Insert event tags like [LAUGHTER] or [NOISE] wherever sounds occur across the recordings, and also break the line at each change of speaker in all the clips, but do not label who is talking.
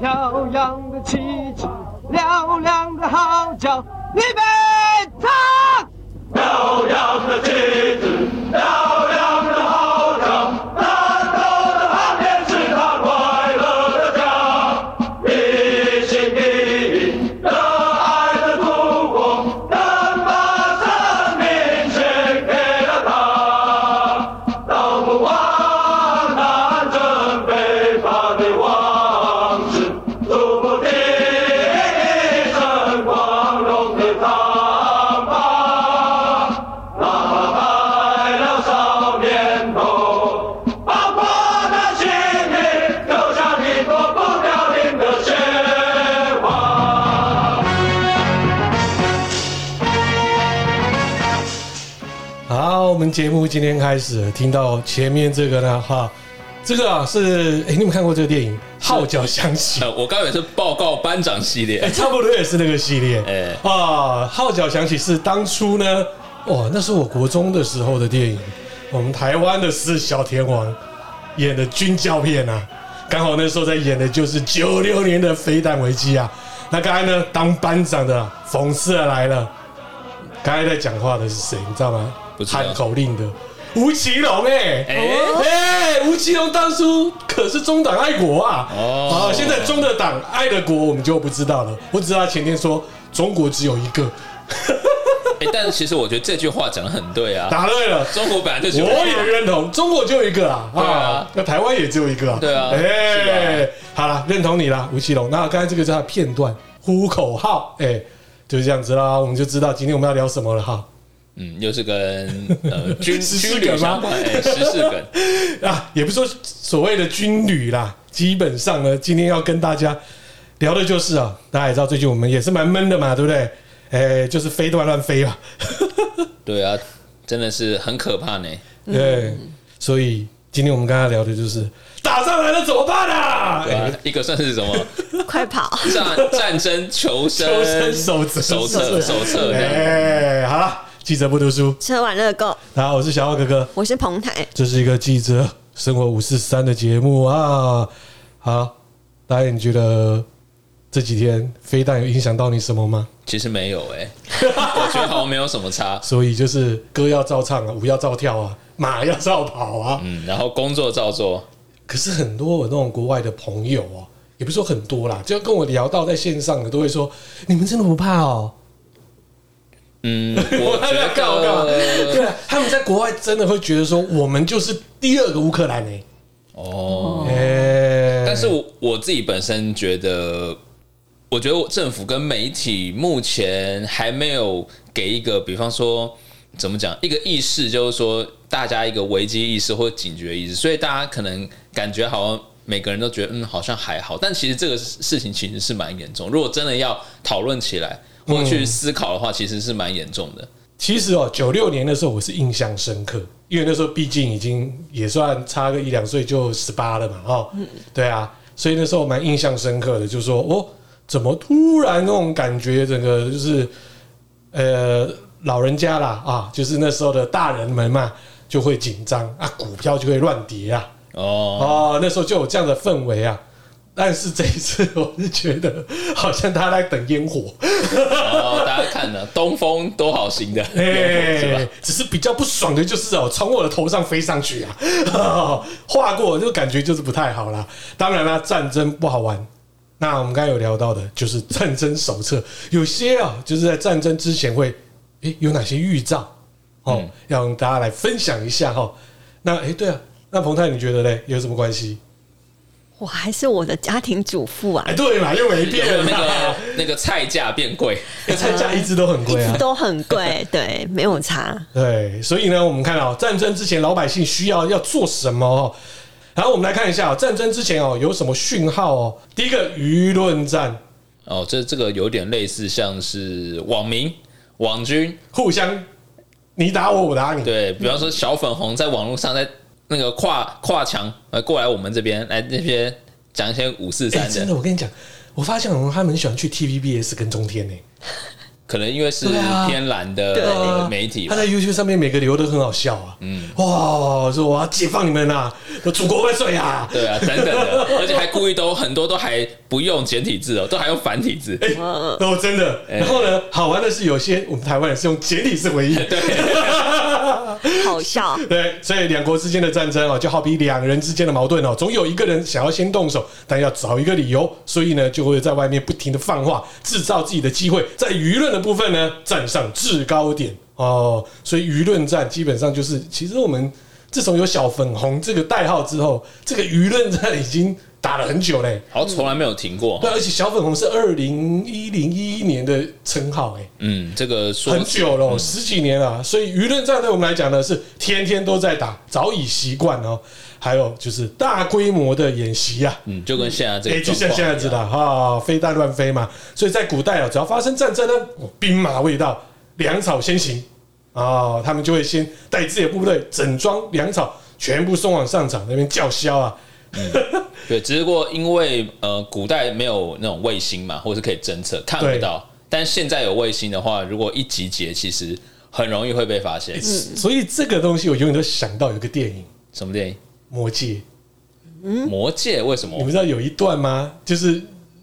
飘扬的旗帜，嘹亮的号角，预备唱。
飘扬的旗帜，嘹亮的号角，战斗的航天是他快乐的家。一心一意，热爱的祖国，能把生命献给了他。道不完南征北伐的往事，祖国的一生光荣的苍白。哪怕白了少年头，把我的心里留下你躲不凋零的鲜花。
好，我们节目今天开始了听到前面这个呢，哈，这个啊是，哎、你们看过这个电影《号角响起》
呃，我刚才是报告班长系列
哎、，差不多也是那个系列，
哎
啊，《号角响起》是当初呢，哦，那是我国中的时候的电影，我们台湾的四小天王演的军教片啊，刚好那时候在演的就是九六年的飞弹危机啊。那刚才呢，当班长的讽刺的来了，刚才在讲话的是谁，你知道吗？
不知道
喊口令的吴奇隆、哎、
哎、
哎、吴奇隆当初可是中党爱国啊！
哦
哦，现在中的党爱的国我们就不知道了。我只知道他前天说中国只有一个，
啊哎但是其实我觉得这句话讲的很对啊，
答对了。
中国本来就是
我也认同，中国就有一个啊，
对啊
那台湾也只有一个啊，
对啊
哎
是，
好了，认同你啦，吴奇隆。那刚才这个叫他片段呼口号，哎，就是这样子啦，我们就知道今天我们要聊什么了哈。
嗯，又是跟呃军
时事
军
梗
旅
吗
相关，哎，时事梗，
啊，也不说所谓的军旅啦，基本上呢，今天要跟大家聊的就是啊，大家也知道最近我们也是蛮闷的嘛，对不对？哎，就是飞乱乱飞嘛，啊
对啊，真的是很可怕呢。
对，所以今天我们刚才聊的就是打上来了怎么办啊？
对啊，一个算是什么
快跑！
战战争求生
求生手册，
手册手册这样，
哎，好了，记者不读书。
吃完热狗，
大家好，我是小奥哥哥，
我是彭台，
这是一个记者生活五四三的节目啊。好，大家你觉得这几天飞弹有影响到你什么吗？
其实没有哎，我觉得好像没有什么差。
所以就是歌要照唱啊，舞要照跳啊，马要照跑啊。
嗯，然后工作照做，
可是很多我那种国外的朋友哦，也不是说很多啦，就跟我聊到在线上的都会说，你们真的不怕哦？
嗯，我
他在
觉
干嘛干嘛
得
对啊，他们在国外真的会觉得说，我们就是第二个乌克兰呢、欸。
哦，
哎
但是我我自己本身觉得，我觉得我政府跟媒体目前还没有给一个，比方说怎么讲，一个意识，就是说大家一个危机意识或警觉意识，所以大家可能感觉好像。每个人都觉得嗯，好像还好，但其实这个事情其实是蛮严重。如果真的要讨论起来或去思考的话，其实是蛮严重的。
其实哦，九六年的时候我是印象深刻，因为那时候毕竟已经也算差个一两岁就十八了嘛，哦，对啊，所以那时候蛮印象深刻的，就说哦，怎么突然那种感觉，整个就是呃老人家啦啊，就是那时候的大人们嘛，就会紧张啊，股票就会乱跌啊，
哦，
哦，那时候就有这样的氛围啊。但是这一次，我是觉得好像他在等烟火，
哦大家看呢，东风多好行的， [LAUGHS] 是吧
哎，？ [LAUGHS] 只是比较不爽的就是哦，从我的头上飞上去啊， [LAUGHS] 划过就感觉就是不太好啦。当然啦，战争不好玩。那我们刚才有聊到的，就是战争手册，有些啊、就是在战争之前会，诶，有哪些预兆哦，
嗯
要让大家来分享一下哈、哦。那诶，对啊，那彭泰你觉得嘞，有什么关系？
我还是我的家庭主妇啊
哎，，对嘛，又没
有
变
没有那
啦
个，那个菜价变贵？
[LAUGHS] 菜价一直都很
一
贵啊
直，都很
[LAUGHS]
贵，对，没有差。
对，所以呢，我们看到、战争之前老百姓需要要做什么、哦？然后我们来看一下、哦、战争之前哦有什么讯号哦。第一个舆论战，
哦，这这个有点类似，像是网民、网军，
互相你打我，我打你。
对比方说小粉红在网络上在那个跨跨墙呃过来我们这边来那边讲一些五四
哎
三
真
的
哦的，，我跟你讲，我发现他们很喜欢去 TVBS 跟中天呢、
可能因为是
对啊
天然
对
的媒体吧
他，在 YouTube 上面每个留都很好笑啊，嗯，哇，说我要解放你们啦，祖国万岁啊！
对啊，等等的，而且还故意都很多都还不用简体字哦，都还用繁体字，
嗯，
哦，真的。然后呢，好玩的是有些我们台湾人是用简体字回忆，
好笑，
[LAUGHS] 对，所以两国之间的战争哦，就好比两人之间的矛盾哦，总有一个人想要先动手，但要找一个理由，所以呢，就会在外面不停的放话，制造自己的机会，在舆论的部分呢，站上制高点哦。所以舆论战基本上就是，其实我们自从有小粉红这个代号之后，这个舆论战已经打了很久嘞。
好像从来没有停过
对，。而且小粉红是二零一零一一年的称号哎、
嗯，这个说
很久了、十几年了。所以舆论战对我们来讲呢，是天天都在打，早已习惯哦。还有就是大规模的演习啊，
嗯，就跟现在这
哎、
个
就
状
像
况
现在知道啊，飞弹乱飞嘛。所以在古代啊，只要发生战争呢，哦兵马未到，粮草先行啊、哦，他们就会先带自己的部队整装粮草，全部送往上场那边叫嚣啊。
对，只不过因为呃，古代没有那种卫星嘛，或是可以侦测看
对
不到，但现在有卫星的话，如果一集结，其实很容易会被发现。
所以这个东西我永远都想到有个电影《
什么电影？
魔戒》。
嗯
魔界为什么
你们知道有一段吗？就是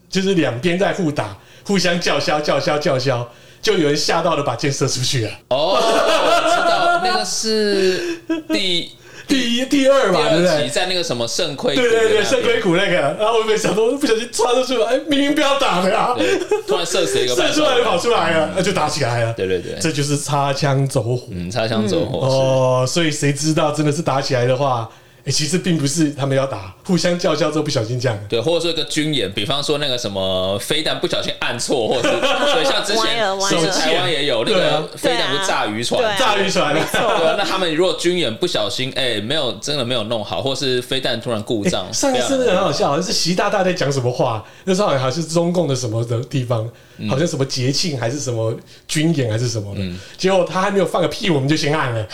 就是两边在互打，互相叫嚣叫嚣叫嚣，就有人吓到了把箭射出去
[LAUGHS]
啊！
哦，我知道那个是
[LAUGHS]
第
第一第二
第
嘛，对不
二集，
对？
在那个什么圣盔谷
对
的那
对
边，
对，圣盔谷那个，然后我没想到，不小心穿出去了，哎，明明不要打的啊，
对，突然射死一
[LAUGHS]
个
射
白
出
手
来就跑
套，
出来了，那就打起来了。
对对对
这就是擦枪走火
嗯，擦枪走火是。
哦。所以谁知道真的是打起来的话，哎，其实并不是他们要打，互相叫嚣之后不小心这样。
对，或者说一个军演，比方说那个什么飞弹不小心按错，或者是所以像之
歪
前
了歪
是不是
了
台湾也有那
对啊
个飞弹不是炸渔船，
对啊
炸渔船，
对啊，那他们如果军演不小心，哎、没有真的没有弄好，或是飞弹突然故障，
哎上一次那
这
个很
样
好笑，好像是习大大在讲什么话，那时候好像是中共的什么的地方，
嗯
好像什么节庆还是什么军演还是什么的，结果他还没有放个屁，我们就先按了，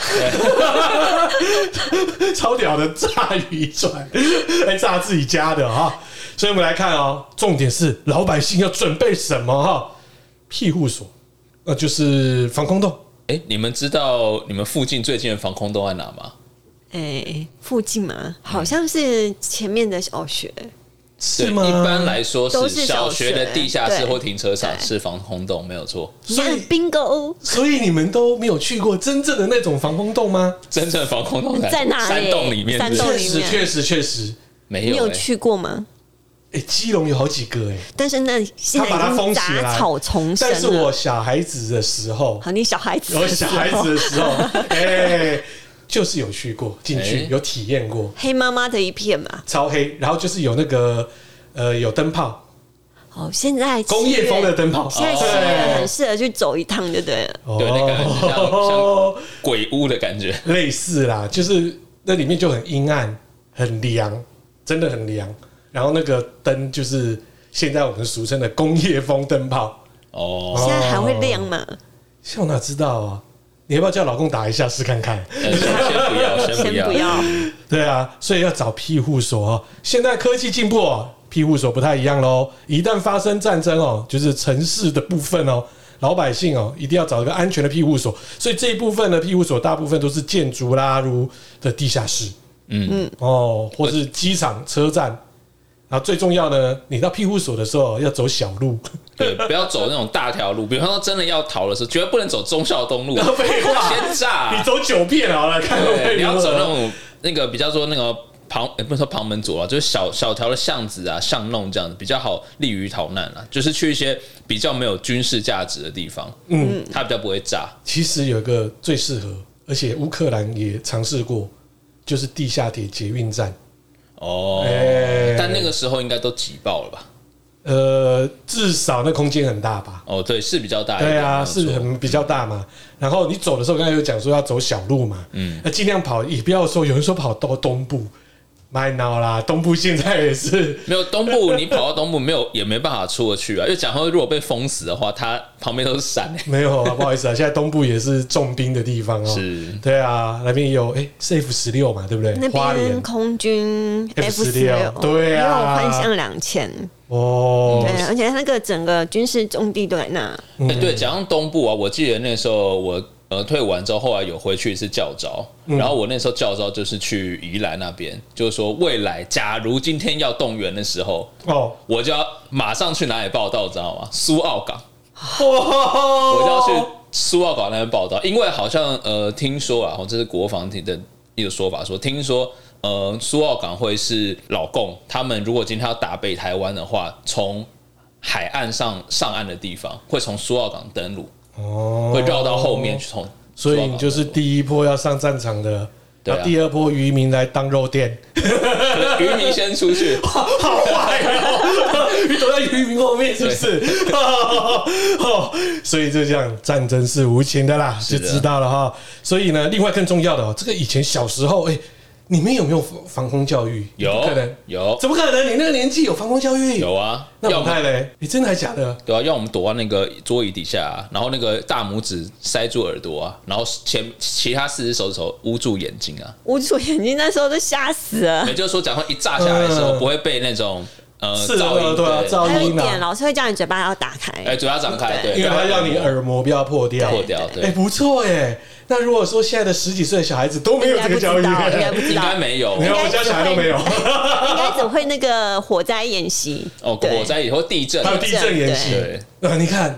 [LAUGHS] 超屌的炸渔船，来炸自己家的哈、所以我们来看哦，重点是老百姓要准备什么哈、庇护所，呃，就是防空洞。
哎、你们知道你们附近最近的防空洞在哪吗？
哎、附近嘛，好像是前面的小学，
是
对，
吗？
一般，来说
都
是
是
小
小
学的
学
地下室
对
或停车场
对
是防空洞，没有错。
所以
bingo
所以你们都没有去过真正的那种防空洞吗？
真正的防空洞
在哪里
山洞里面是不是
山洞
确
里
实，
面
确实，确实。
没
你
有、
有
欸
哎
去过吗？
哎、基隆有好几个哎、
但是那现
他
在
把它
已
封
经
起来
杂草丛生
但
了。
是我小孩子的时候，
好，啊 [LAUGHS] 你小孩子，
我小孩子的，时候， [LAUGHS] 哎、就是有去过进去，
哎
有体验过，
[LAUGHS] 黑妈妈的一片嘛。
超黑，然后就是有那个呃有灯泡，
哦，现在七
工业风的灯泡，
现在七月很
对
适合去走一趟，就对了。
对那个很像
哦
鬼屋的感觉，
[LAUGHS] 类似啦，就是那里面就很阴暗，很凉，真的很凉。然后那个灯就是现在我们俗称的工业风灯泡，
哦，
现在还会亮吗？
哦像我哪知道啊？你要不要叫老公打一下试看看？
呃先不
[LAUGHS]
要，
啊
先
先
不要，
不要，
对啊，所以要找庇护所哦。现在科技进步哦，庇护所不太一样喽。一旦发生战争哦，就是城市的部分哦，老百姓哦，一定要找一个安全的庇护所。所以这一部分的庇护所，大部分都是建筑啦，如的地下室，嗯哦，或是机场、车站。然后最重要呢，你到庇护所的时候要走小路，
对，不要走那种大条路。比方说，真的要逃的时候，绝对不能走忠孝东路，啊
[LAUGHS] 废话
先炸、啊
你走九遍好了，看会不
对，
会
[LAUGHS] 你要
如何
走那种那个比较说那个旁，也不是说旁门左啊，就是小小条的巷子啊、巷弄这样子，比较好利于逃难啊。就是去一些比较没有军事价值的地方，嗯，它比较不会炸。
其实有一个最适合，而且乌克兰也尝试过，就是地下铁捷运站。
哦，
哎
但那个时候应该都挤爆了吧？
呃，至少那空间很大吧？
哦，对，是比较大一点，
对啊，
没有错
是很比较大嘛。然后你走的时候，刚才有讲说要走小路嘛，嗯，那尽量跑，也不要说有人说跑到东部，麦脑啦，东部现在也是
没有东部，你跑到东部没有也没办法出得去啊，因为蒋后如果被封死的话，他旁边都是山、欸，
没有啊，不好意思啊，现在东部也是重兵的地方哦。
是
对啊，那边也有哎、是 F 十六嘛，对不对？
那
花莲
边空军
F-16
F 十六，
对啊
因为我幻象两千，
哦
对，，而且它那个整个军事重地都在那，
哎对，讲到东部啊，我记得那时候我呃退伍完之后，后来有回去一次教招，然后我那时候教招就是去宜兰那边，就是说未来假如今天要动员的时候，
嗯
哦，
我就要马上去哪里报道，知道吗？苏澳港，
我哦
我就要去苏澳港那边报道，因为好像呃，听说啊，这是国防庭的一个说法，说听说呃，苏澳港会是老共他们如果今天要打北台湾的话，从海岸上上岸的地方会从苏澳港登陆，
哦
会绕到后面去从。
所以你就是第一波要上战场的，
对啊
然后第二波渔民来当肉
[LAUGHS]
垫，
渔
[LAUGHS]
民先出去，
好坏哦！ [LAUGHS] 你躲在渔民后面是不是？ [LAUGHS] 哦，所以就这样，战争是无情的啦，
是
就
的
知道了哈。所以呢，另外更重要的哦，这个以前小时候，哎，你们有没有防空教育？
有
不可能，
有
怎么可能？你那个年纪有防空教育？
有啊，
那
要
我
么
太嘞，你真的还假的？
对啊，要我们躲到那个桌椅底下啊、然后那个大拇指塞住耳朵啊，然后前其他四只手指头捂住眼睛
[LAUGHS]
啊，
捂住眼睛，那时候都吓死了。
哎
也就是说，讲话一炸下来的时候，
嗯
不会被那种呃
是的
噪音
对啊噪
还有一
音啊
点，老师会叫你嘴巴要打开，
哎，嘴巴张开，对，
因为他要你耳膜不要破掉，
破掉，
哎，
对，
不错哎。那如果说现在的十几岁的小孩子都没有这个教育，
应
[LAUGHS]
该不知
[LAUGHS] 应
道
该没有
没有，
应该
我家小孩都没有。
应该只会那个火灾演习
哦，
对
火灾以后地震啊
还，有地震演习
对，
啊，你看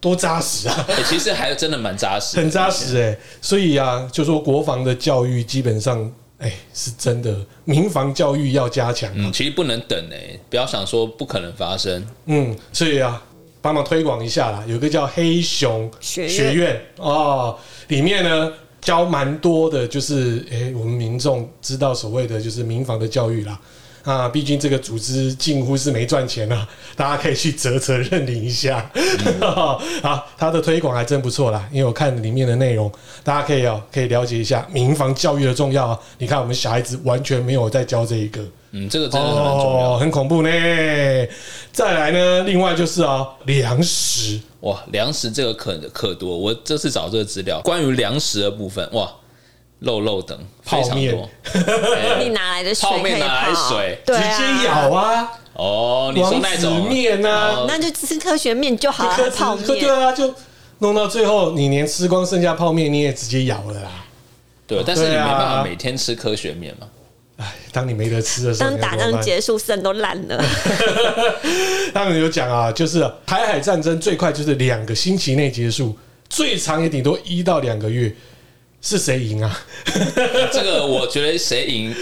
多扎实啊，
哎其实还真的蛮扎实，
很扎。实哎、所以啊，就说国防的教育基本上，哎、是真的，民防教育要加强啊
嗯，其实不能等哎，不要想说不可能发生，
嗯，所以啊，帮忙推广一下啦。有一个叫黑熊
学院
哦，里面呢教蛮多的，就是诶、我们民众知道所谓的就是民防的教育啦。啊，毕竟这个组织近乎是没赚钱啊，大家可以去啧啧认领一下。 [LAUGHS] 好，它的推广还真不错啦，因为我看里面的内容，大家可以哦、可以了解一下民防教育的重要啊。你看我们小孩子完全没有在教这一个，
嗯，这个真的很重要
哦，。很恐怖呢。再来呢，另外就是啊、粮食
哇，粮食这个可可多，我这次找这个资料，关于粮食的部分，哇，肉肉等非常
泡面
多， [LAUGHS] 哎
你哪来的水
泡
可
面
以
哪来
泡
水
对啊，
直接咬啊，
哦，你说
王
那
子
种哦
面啊，
那就吃科学面就好
一颗
了，
子
泡
对
面。
啊，就弄到最后，你连吃光剩下泡面，你也直接咬了啊啦。
对，但是你没
对啊
办法每天吃科学面嘛，
哎，当你没得吃的时候，
当打仗结束，肾都烂了。
束，他们有讲啊，就是台海战争最快就是两个星期内结束，最长也顶多一到两个月。是谁赢啊？
这个我觉得谁赢，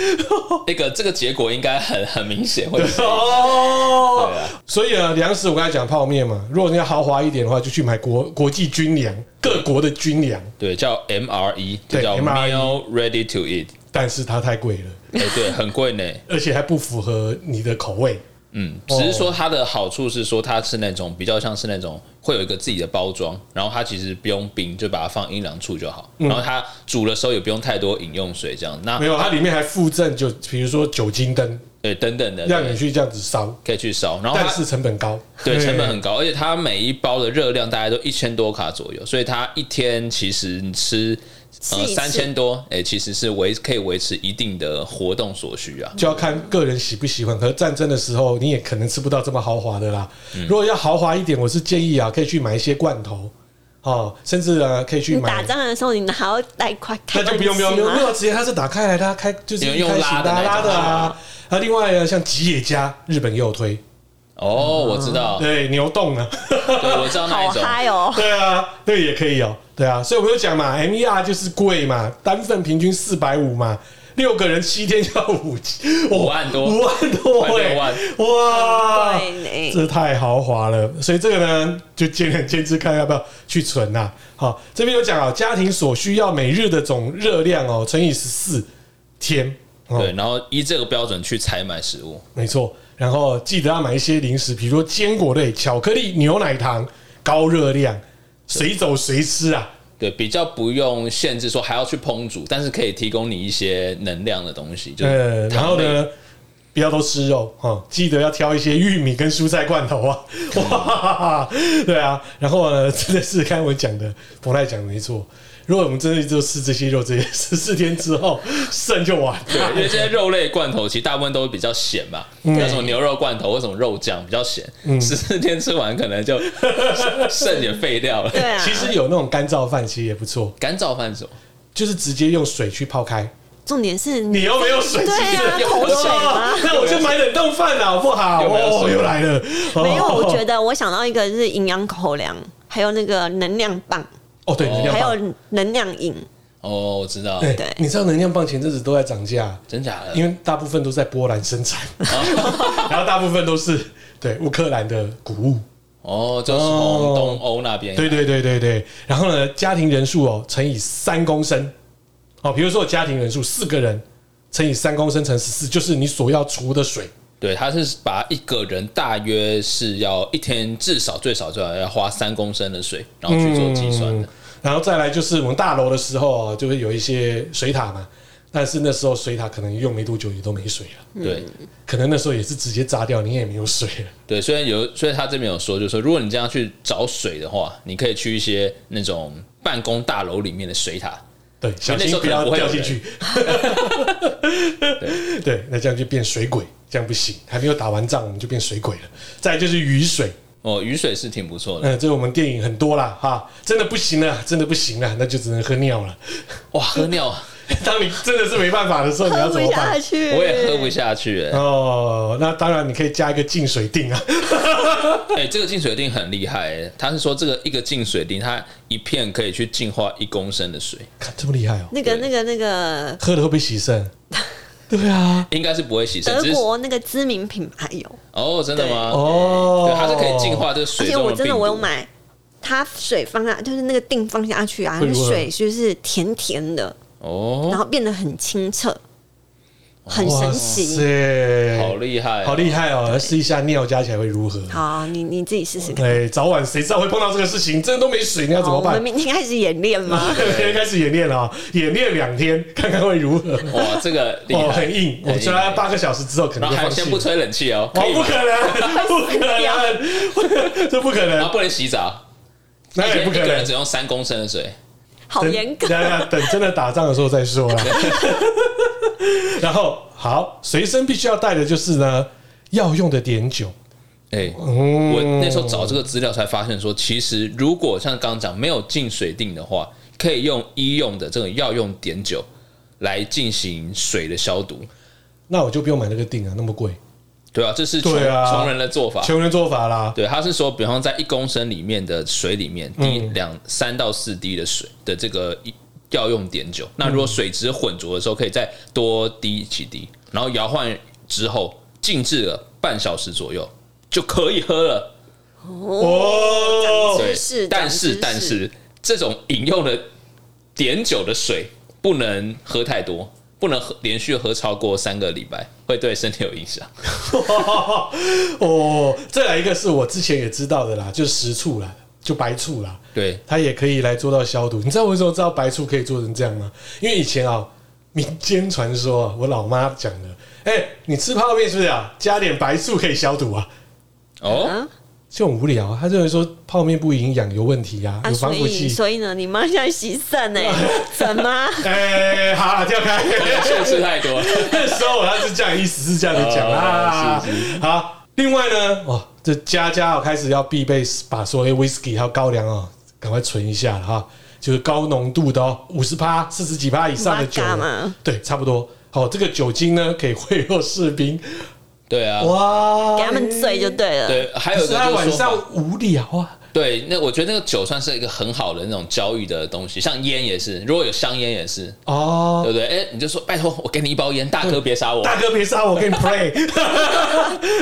那个这个结果应该很很明显会
[LAUGHS]
是。
哦
对啊
所以呢，粮食我刚才讲泡面嘛，如果你要豪华一点的话，就去买国国际军粮，各国的军粮，
对，叫 MRE，就
对 E
叫
MRE
Meal Ready to Eat。
但是它太贵了，
哎，对，很贵呢。
而且还不符合你的口味。
嗯，
哦
只是说它的好处是说它是那种比较像是那种会有一个自己的包装，然后它其实不用冰，就把它放阴凉处就好。然后它煮的时候也不用太多饮用水这样。那
嗯没有，它里面还附赠就比如说酒精灯，
对等等的，
让你
对
去这样子烧，
可以去烧。然后
但
呃哦它
是成本高，
对，成本很高，而且它每一包的热量大概都一千多卡左右，所以它一天其实你吃呃
吃一次
三千多，哎、其实是维可以维持一定的活动所需啊。
就要看个人喜不喜欢。和战争的时候，你也可能吃不到这么豪华的啦。
嗯
如果要豪华一点，我是建议啊，可以去买一些罐头，哦，甚至啊，可以去
你
买
打仗的时候，你还要带块开
那
关
就不
机
用不用不用，
吗
没有直接它是打开来的啊，开就是
有
一
用
开始
拉的
拉
那
拉
种
的啊。那另外啊，像吉野家，日本也有推，
哦，我
[LAUGHS]
知道，
对牛冻
[LAUGHS]
啊，
对，我知道那一
嗯好
种。
嗨哦！
对啊，对也可以哦，对啊，所以我就讲嘛，MER 就是贵嘛，单份平均四百五嘛。六个人七天就要五五
万多
五万多
快
哎
六万
哇，
对欸呢，
这太豪华了，所以这个呢，就见仁见智，看要不要去存呐、好，这边有讲啊，家庭所需要每日的总热量哦，乘以十四天，哦、
对，，然后依这个标准去采买食物，
没错。然后记得要买一些零食，比如说坚果类、巧克力、牛奶糖，高热量，随走随吃啊。
对，比较不用限制说还要去烹煮，但是可以提供你一些能量的东西，就是
呃，然后
糖类
呢，不要都吃肉哈、哦记得要挑一些玉米跟蔬菜罐头
[LAUGHS]
啊，哇哈哈，对啊，然后呢，真的是看我讲的，彭太讲的没错。如果我们真的就吃这些肉，这些 [LAUGHS] 十四天之后肾就完
[LAUGHS]
啊
对，
了。
因为这些肉类罐头其实大部分都比较咸嘛，
嗯
像什么牛肉罐头或什么肉酱比较咸，十四天吃完可能就 [LAUGHS] 肾也废掉了。
对啊，
其实有那种干燥饭，其实也不错，
干燥饭是什么？
就是直接用水去泡开。
重点是
你又没有水，
对
是不
啊
是
口水吗
哦那我就买冷冻饭啦好不好？
有没有
哦，
水
又来了。
没有，我觉
得
得我想到一个是营养口粮，还有那个能量棒，
哦，对，能量
还
棒
有能量饮。
哦，我知道，
对
对
你知道能量棒前阵子都在涨价，
真假的？
因为大部分都在波兰生产， [LAUGHS] 然后大部分都是对乌克兰的谷物。
哦，就是从东欧那边，
对对对对对，然后呢，家庭人数哦乘以三公升，哦，比如说我家庭人数四个人乘以三公升乘十四，就是你所要除的水。
对，他是把一个人大约是要一天至少最少最少要花三公升的水，然后去做计算的。
然后再来就是我们大楼的时候、哦，就会有一些水塔嘛，但是那时候水塔可能用没多久也都没水了，
对
可能那时候也是直接炸掉，你也没有水了。
对，虽然有，所以他这边有说，就是说，如果你这样去找水的话，你可以去一些那种办公大楼里面的水塔，
对，小
那时
心
候
不
可能
要
不会有
掉进去。 [LAUGHS] 对，那这样就变水鬼，这样不行。还没有打完仗，我们就变水鬼了。再来就是雨水，
哦，雨水是挺不错的。
嗯、这我们电影很多啦，哈，真的不行了，真的不行了，那就只能喝尿了。 [LAUGHS]
哇，喝尿啊，
当你真的是没办法的时候，你要
喝
怎
不
么
下
办？
去，
我也喝不下去、欸。
哦，那当然你可以加一个净水锭啊，
哎、这个净水锭很厉害、欸，他是说这个一个净水锭，它一片可以去净化一公升的水，
看这么厉害哦，
那个
对
那个那个
喝了会不会洗肾？对
[LAUGHS]
啊，
应该是不会洗肾。
德
只是
国那个知名品牌有，
哦，真的吗？
哦
对，，它是可以净化这个
哦而
水
且
中
我
的
真
病
的
毒。
我有买，它水放下就是那个定放下去啊，
会
那
如何
水就是甜甜的，然
哦，
后变得很清澈，很神奇。
对，
好厉害、
好厉！害哦！试一下尿加起来会如何？
好，你你自己试试看。
哎，早晚谁知道会碰到这个事情？真的都没水，你要怎
好，
么
我们
办？
明天开始演练吗？
[LAUGHS] 开始演练了啊，演练两天，看看会如何。
哇，这个厉害，
哦，很硬，我觉得八个小时之后可
然
能
后
就
还
放
先
弃
不
了。
吹冷气哦，
哦
可以，
不
吗？
可
[LAUGHS]
能，不可能，这 [LAUGHS] 不可
然
能
啊后，不能洗澡，
那也
一
不可
个
能
人只。用三公升的水。
好严格
等，等等等真的打仗的时候再说啦。 [LAUGHS] 然后，好，随身必须要带的就是呢，要用的碘酒。嗯
哎、我那时候找这个资料才发现说，其实如果像刚刚讲没有净水定的话，可以用医用的这种药用碘酒来进行水的消毒，
那我就不用买那个锭啊，那么贵，
对啊，这是穷
对
穷、
啊
人的做法。
穷人做法啦。
对，他是说，比方在一公升里面的水里面
嗯
滴两三到四滴的水的这个一药用碘酒，那如果水质混浊的时候，可以再多滴几滴，然后摇换之后静置了半小时左右就可以喝了。
哦，
长
哦对，
知识
但
长
是
知识
但是这种饮用的碘酒的水不能喝太多，不能喝连续喝超过三个礼拜，会对身体有影响。
哦，再来一个是我之前也知道的啦，就是食醋啦，就白醋啦，
对，
它也可以来做到消毒。你知道我为什么知道白醋可以做成这样吗？因为以前啊、民间传说、啊，我老妈讲的。哎、你吃泡面是不是啊？加点白醋可以消毒啊？
哦，
啊
就很无聊、啊，他认为说泡面不营养有问题呀、
啊！
有防
所
腐
以
剂。
所以呢，你妈现在洗肾
[LAUGHS]
呢？怎么？
哎、好了，跳开。 [LAUGHS]
是不是太多了？
那时候他是这样意思，是这样子讲啊
哦是。
好，另外呢，哦，这家家哦开始要必备把所有 whisky 还有高粱哦，赶快存一下了哈，就是高浓度的哦，五十趴、四十几趴以上的酒
Vodka 嘛，
对，差不多。哦，这个酒精呢可以贿赂士兵，
对啊，
哇，
给他们醉就对了。
对，还有
可
一
是
个
他
就是
晚
说法
上无聊啊，
对，那我觉得那个酒算是一个很好的那种交易的东西，像烟也是，如果有香烟也是，
哦，
对不对？哎，你就说拜托，我给你一包烟，大哥别杀我。
大哥别杀我，给你
[LAUGHS]
play，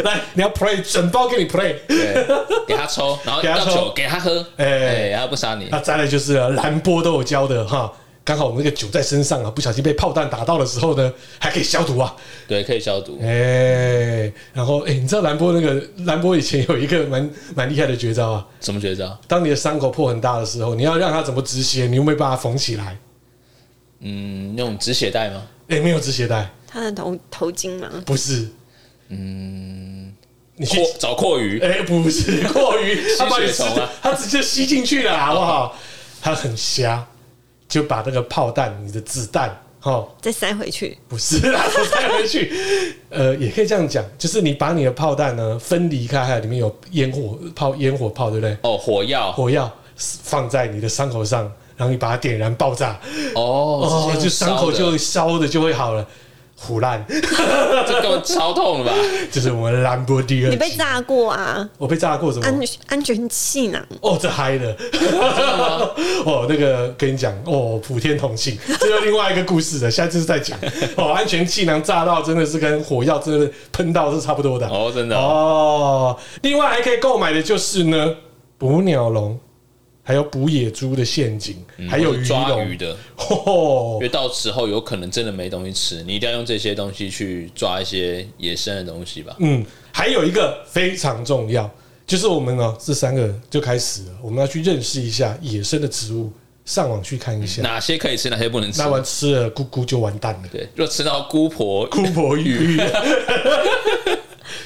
来，你要 play，整包给你 play。
对，给他抽，然后
给他
要
抽
酒给他喝，
哎
哎，他不杀你
那。再来就是兰波都有教的哈，刚好我们那个酒在身上啊，不小心被炮弹打到的时候呢，还可以消毒啊。
对，可以消毒。
哎、然后哎、你知道兰波那个兰波以前有一个蛮蛮厉害的绝招啊，
什么绝招？
当你的伤口破很大的时候，你要让它怎么止血，你又没办法缝起来。
嗯，那种止血带吗？
哎、没有止血带，
他的头头巾嘛，
不是。嗯，
嗯
你去
阔找阔鱼，
哎、不是
[LAUGHS]
过于，他把你吃
吸血虫啊，
他直接吸进去了，好不好？他很瞎，就把那个炮弹、你的子弹，哦，
再塞回去，
不是啦，我塞回
[LAUGHS]
去。呃，也可以这样讲，就是你把你的炮弹呢分离开，还有里面有烟火炮、烟火炮，对不对？
哦，火药，
火药放在你的伤口上，然后你把它点燃爆炸，
哦
哦，就伤口就
就
烧的就会好了。胡烂， [LAUGHS]
[LAUGHS] 这根本超痛了吧？
这是我们兰博第二
你
集。
被炸过啊？
我被炸过什么？
安安全气囊，
哦，这嗨了！ [LAUGHS] 哦，那个跟你讲，哦，普天同庆，这又另外一个故事了，下次再
[LAUGHS]
讲。哦，安全气囊炸到真的是跟火药真的喷到是差不多的。
哦，真的哦，
哦，另外还可以购买的就是呢，捕鸟笼，还有捕野猪的陷阱，还有
嗯或
鱼
是抓
笼
鱼。的，
哦
因为到时候有可能真的没东西吃，你一定要用这些东西去抓一些野生的东西吧？
嗯，还有一个非常重要，就是我们哦呢这三个就开始了，我们要去认识一下野生的植物，上网去看一下。
哪些可以吃，哪些不能吃
啊嗯那？完吃了，咕咕就完蛋了，
对，若吃到姑婆
姑婆鱼 [LAUGHS]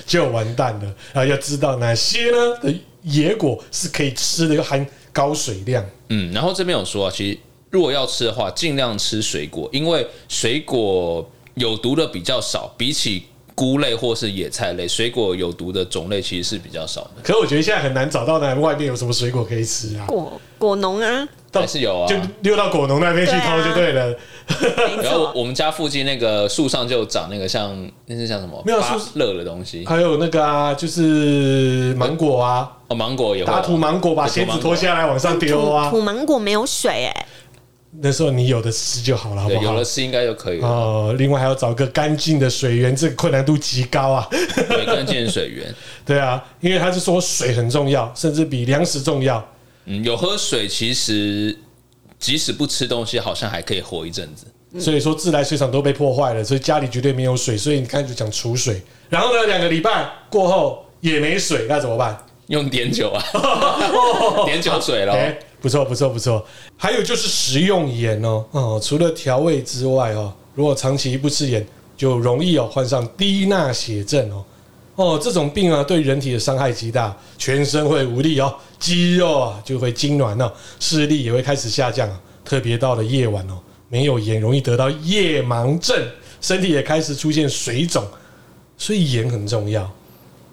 就完蛋了。啊，要知道哪些呢的野果是可以吃的，又含高水量。
嗯，然后这边有说啊，其实如果要吃的话，尽量吃水果，因为水果有毒的比较少，比起菇类或是野菜类，水果有毒的种类其实是比较少的，
可是我觉得现在很难找到那外面有什么水果可以吃啊，
果果农啊，
到
还是有啊
就。溜到果农那边去偷就对啊了。
哎
没
啊
然后
错，
我们家附近那个树上就长那个像那是像什么
没有
芭
树
乐的东西，
还有那个啊，就是芒果啊，
哦，芒果也会
打土芒果把
打土
鞋
芒果
子脱下来往上丢
土
啊
土，芒果没有水哎、
那时候你有的吃就好了，好
对
不，
有
好
了？吃应该就可以了，
哦，另外还要找个干净的水源，这个困难度极高啊。
对，跟见水源，
对啊，因为他是说水很重要，甚至比粮食重要。
嗯，有喝水其实即使不吃东西，好像还可以活一阵子。
所以说自来水厂都被破坏了，所以家里绝对没有水。所以你刚才就讲储水，然后呢，两个礼拜过后也没水，那怎么办？
用碘酒
[LAUGHS]
啊，碘酒水咯。
哎、不错不错不错。还有就是食用盐哦，哦，除了调味之外哦，如果长期不吃盐，就容易哦患上低钠血症哦。哦，这种病啊，对人体的伤害极大，全身会无力哦，肌肉啊就会痉挛哦，视力也会开始下降啊。特别到了夜晚哦，没有盐容易得到夜盲症，身体也开始出现水肿，所以盐很重要，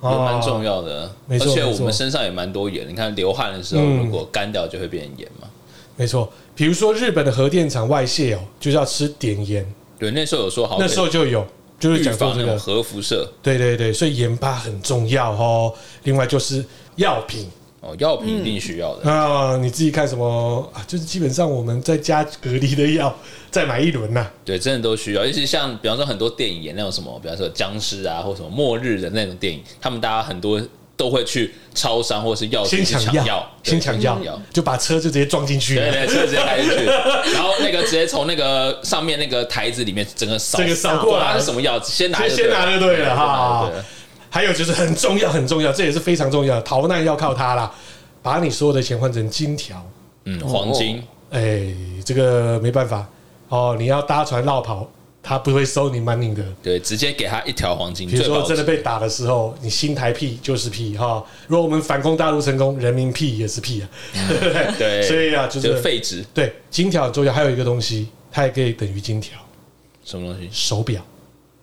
哦
也蛮
要。
重要的，
没
而
错
且
没
我
错
们身上也蛮多盐。你看流汗的时候，
嗯
如果干掉就会变盐嘛。
没错，比如说日本的核电厂外泄哦，就是要吃碘盐，
对，那时候有说好，
那时候就有，就
可
是
哦以预
讲到
防
这
那种
个，
核辐射
对对对，所以盐巴很重要哦。另外就是药品
哦，药品一定需要的。
啊，你自己看什么啊？就是基本上我们在家隔离的药，再买一轮呐、
对，真的都需要。尤其像比方说很多电影演那种什么，比方说僵尸啊，或什么末日的那种电影，他们大家很多都会去超商或哦是药
先
店去
抢
抢
药，
对
先抢药，就把车就直接撞进去
对
了，
对，车直接开进去，然后那个直接从那个上面那个台子里面整个扫
这个扫过来
它是什么药，先拿
先
就对啊
先拿就对了哈
对对对。
还有就是很重要很重要，这也是非常重要，逃难要靠它啦，把你所有的钱换成金条，
嗯，黄金
哎、这个没办法哦，你要搭船绕跑，他不会收你 money 的。
对，直接给他一条黄金。
比如
最
说
保
真的
值
被打的时候，你新台币就是屁哈、如果我们反攻大陆成功，人民币也是屁啊，对不对？
对，
所以啊，就
就是
是
废纸，
对金条很重要，还有一个东西，它也可以等于金条，
什么东西？
手表，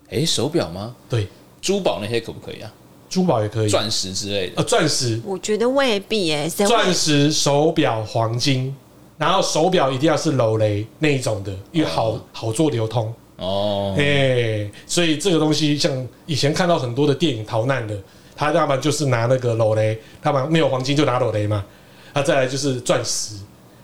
哎，手表吗？
对，
珠宝那些可不可以啊？
珠宝也可以，
钻石之类的
呃，钻石、
我觉得未必哎、谁会
钻石、手表、黄金，然后手表一定要是镂雷那一种的，因为好好做流通。
哦
哎、，所以这个东西像以前看到很多的电影逃难的，他要么就是拿那个裸雷，他们没有黄金就拿裸雷嘛，啊，再来就是钻石，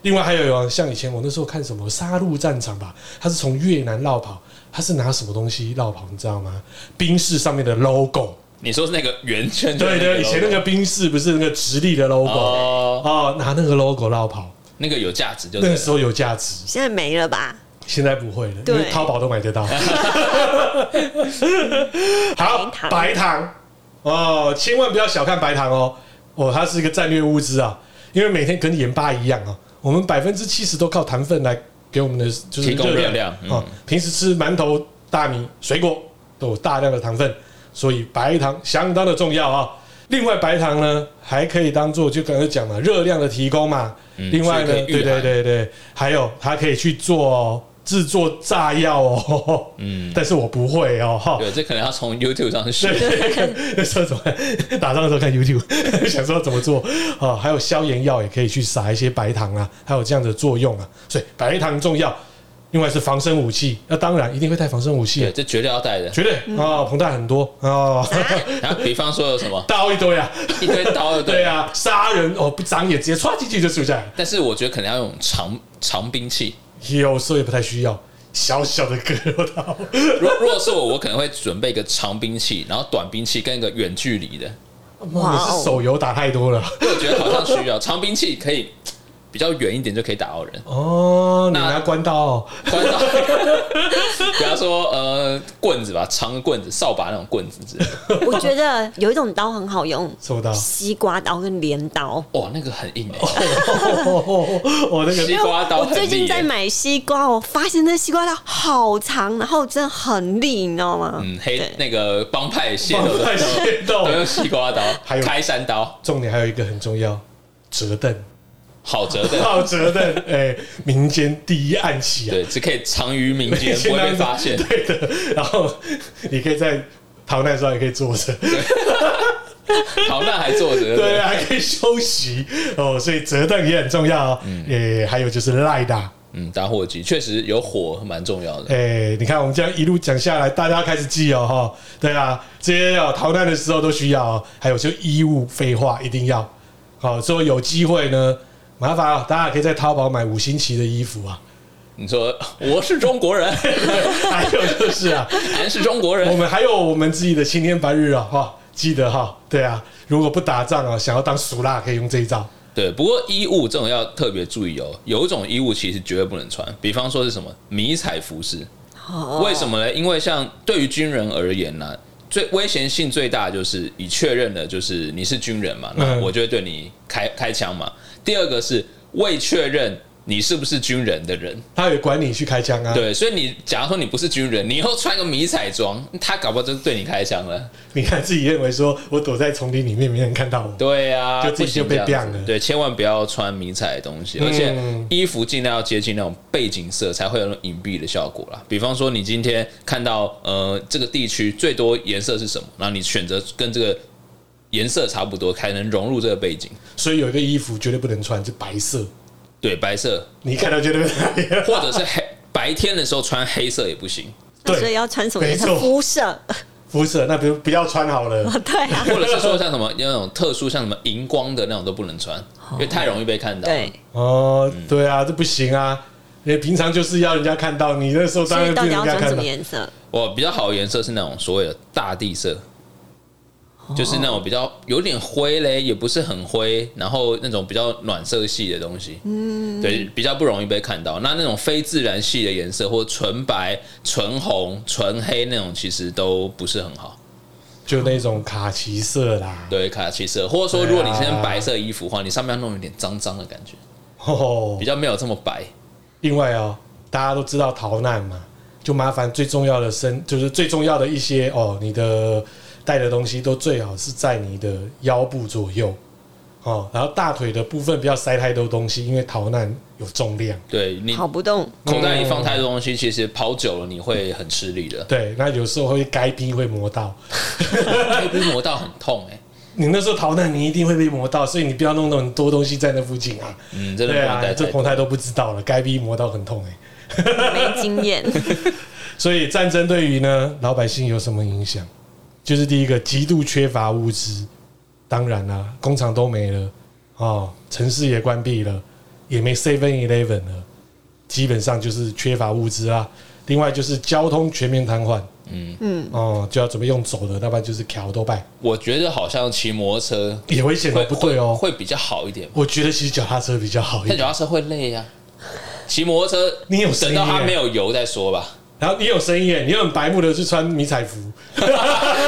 另外还有啊像以前我那时候看什么杀戮战场吧，他是从越南绕跑，他是拿什么东西绕跑，你知道吗？冰室上面的 logo，
你说是那个圆圈？
对对，以前那个
logo
冰室不是那个直立的 logo
哦，
哦，拿那个 logo 绕跑，
那个有价值就
那
对
个
了。
时候有价值，
现在没了吧？
现在不会了，因
对
为淘宝都买
[LAUGHS]
得到。好，
糖
白糖哦，千万不要小看白糖哦，哦，它是一个战略物资啊，因为每天跟盐巴一样啊，我们百分之七十都靠糖分来给我们的就是
提供
热
热量嗯
哦。平时吃馒头、大米、水果都有大量的糖分，所以白糖相当的重要啊。另外，白糖呢还可以当做就刚才讲嘛，热量的提供嘛。另外呢，
嗯所
对
以可以御
对
寒
对对对，还有它可以去做哦制作炸药哦。嗯，但是我不会哦， [LAUGHS] 哈。
对，这可能要从 YouTube 上去学。
对，那时候怎么打仗的时候看 YouTube，想 [LAUGHS] 说怎么做啊？还有消炎药也可以去撒一些白糖啊，还有这样的作用啊，所以白糖重要。另外是防身武器，那当然一定会带防身武器
对，
啊，
这绝对要带的。
绝对啊，膨大很多啊， [LAUGHS]
然后比方说有什么
刀一堆啊，
一堆刀的，
对。啊，杀人哦，不长眼直接歘进去就出下来，
但是我觉得可能要用长长兵器。
有时候也不太需要，小小的割肉刀，
如果如果是我，我可能会准备一个长兵器，然后短兵器跟一个远距离的。
哇，哦你是手游打太多了
因为我觉得好像需要长兵器可以比较远一点就可以打到人。
哦，你
那
拿关刀哦，
关到， [LAUGHS] 比方说呃棍子吧，长的棍子、扫把那种棍子之类的。
我觉得有一种刀很
[LAUGHS]
好用，
什么刀？
西瓜刀跟镰刀。
哇，那个很硬哎、
哦，那个
西瓜刀
我
很
最近
厉
在
害。
买西瓜，我发现那西瓜刀好长，然后真的很利，你知道吗？
嗯，黑
对
那个帮派械斗
帮派
的
械斗
[LAUGHS] 都用西瓜刀，
还有
开山刀、
重点还有一个很重要，折凳，
好折
[LAUGHS]
的，
好折凳，哎、民间第一暗器啊，
对，只可以藏于民间，不会被发
[LAUGHS]
现。
对的。然后你可以在逃难的时候也可以坐着，
逃难还坐着，
对，啊还可以休息哦，所以折凳也很重要哦。诶、还有就是赖打，
嗯，打火机确实有火蛮重要的。
哎，你看我们这样一路讲下来，大家开始记哦，哈，对啊，这些哦逃难的时候都需要哦，还有就衣物废话一定要，好、所以有机会呢，麻烦啊、大家可以在淘宝买五星旗的衣服啊， [LAUGHS]
你说我是中国人， [LAUGHS]
还有就是啊，
俺是中国
我
人，
们还有我们自己的青天白日啊、哈、记得哈、对啊，如果不打仗啊，想要当俗辣可以用这一招，
对。不过衣物这种要特别注意哦，有一种衣物其实绝对不能穿，比方说是什么迷彩服饰，
哦
为什么呢？因为像对于军人而言呢、最危险性最大就是已确认了，就是你是军人嘛，那
嗯
我就会对你开开枪嘛。第二个是未确认你是不是军人的人，
他也管你去开枪啊。，
对，所以你假如说你不是军人，你以后穿个迷彩装，他搞不好就是对你开枪了。
你看自己认为说我躲在丛林里面没人看到我，
对啊，
就自己
不行
就被
这样子
biang 了
对，千万不要穿迷彩的东西，
嗯
而且衣服尽量要接近那种背景色，才会有那种隐蔽的效果啦。比方说，你今天看到呃这个地区最多颜色是什么，然后你选择跟这个颜色差不多，才能融入这个背景。
所以有一个衣服绝对不能穿，是白色，
对，白色
你看到绝对不
或者是黑， [LAUGHS] 白天的时候穿黑色也不行，
那
[LAUGHS] 对
所以要穿什么颜色
没？错
肤色， [LAUGHS]
肤色，那不不要穿好了。
对
[LAUGHS]
啊，
或者是说像什么那种特殊像什么荧光的那种都不能穿，因为太容易被看到。
对，，
哦，对啊，这不行啊。你平常就是要人家看到你，那时候当
所以
然
到
被
底
人
要
家
穿什
看
么
到。
颜色？
我比较好的颜色是那种所谓的大地色，就是那种比较有点灰嘞，也不是很灰，然后那种比较暖色系的东西，嗯，对，比较不容易被看到。那那种非自然系的颜色，或纯白、纯红、纯黑那种，其实都不是很好。
就那种卡其色啦，
对，卡其色，或者说如果你今天白色衣服的话，你上面要弄一点脏脏的感觉，
哦
比，较没有这么白。
另外哦，大家都知道逃难嘛，就麻烦最重要的身，就是最重要的一些哦，你的带的东西都最好是在你的腰部左右哦，然后大腿的部分不要塞太多东西，因为逃难有重量。
对你
跑不动，
口袋里放太多东西，其实跑久了你会很吃力的，
对，那有时候会该逼会磨到，
会被哎磨到很痛哎、
你那时候逃难你一定会被磨到，所以你不要弄得很多东西在那附近啊。
嗯，真的不
对
能
啊
带，
这
太多
彭。泰都不知道了，该逼磨到很痛哎、
没
[LAUGHS]
经验。
所以战争对于呢老百姓有什么影响？就是第一个，极度缺乏物资，当然啦、工厂都没了，哦，城市也关闭了，也没 Seven Eleven 了，基本上就是缺乏物资啦。啊另外就是交通全面瘫痪，嗯嗯，哦，就要准备用走的，要不然就是桥都拜，
我觉得好像骑摩托车
也危险
会
哦，不对哦。
会会比较好一点。
我觉得其实脚踏车比较好一
但
点，
脚踏车会累呀、骑摩托车
你有声
等
音
到它
耶
没有油再
[LAUGHS]
说吧。
然后你有声音耶，你很白目的去穿迷彩服，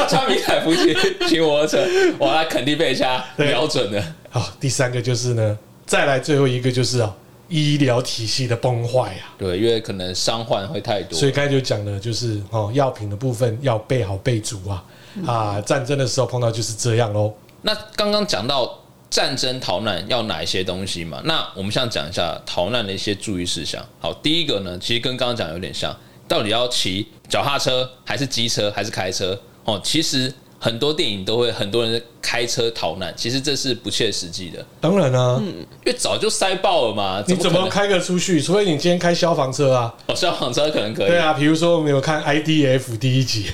穿迷彩服骑骑摩托车，哇，那肯定被人家瞄准了。
好，哦第三个就是呢，再来最后一个就是啊，医疗体系的崩坏啊。
对，因为可能伤患会太多
所，以刚才就讲了，就是哦，药品的部分要备好备足啊。
嗯
啊，战争的时候碰到就是这样喽。
那刚刚讲到战争逃难要哪一些东西嘛？那我们现在讲一下逃难的一些注意事项。好，第一个呢，其实跟刚刚讲有点像，到底要骑脚踏车还是机车还是开车？哦，其实很多电影都会很多人开车逃难，其实这是不切实际的，
当然啊，
因为早就塞爆了嘛。
你怎
可
么
能？
开个出去？除非你今天开消防车啊。
哦，消防车可能可以，
对啊，比如说我们有看 IDF 第一集，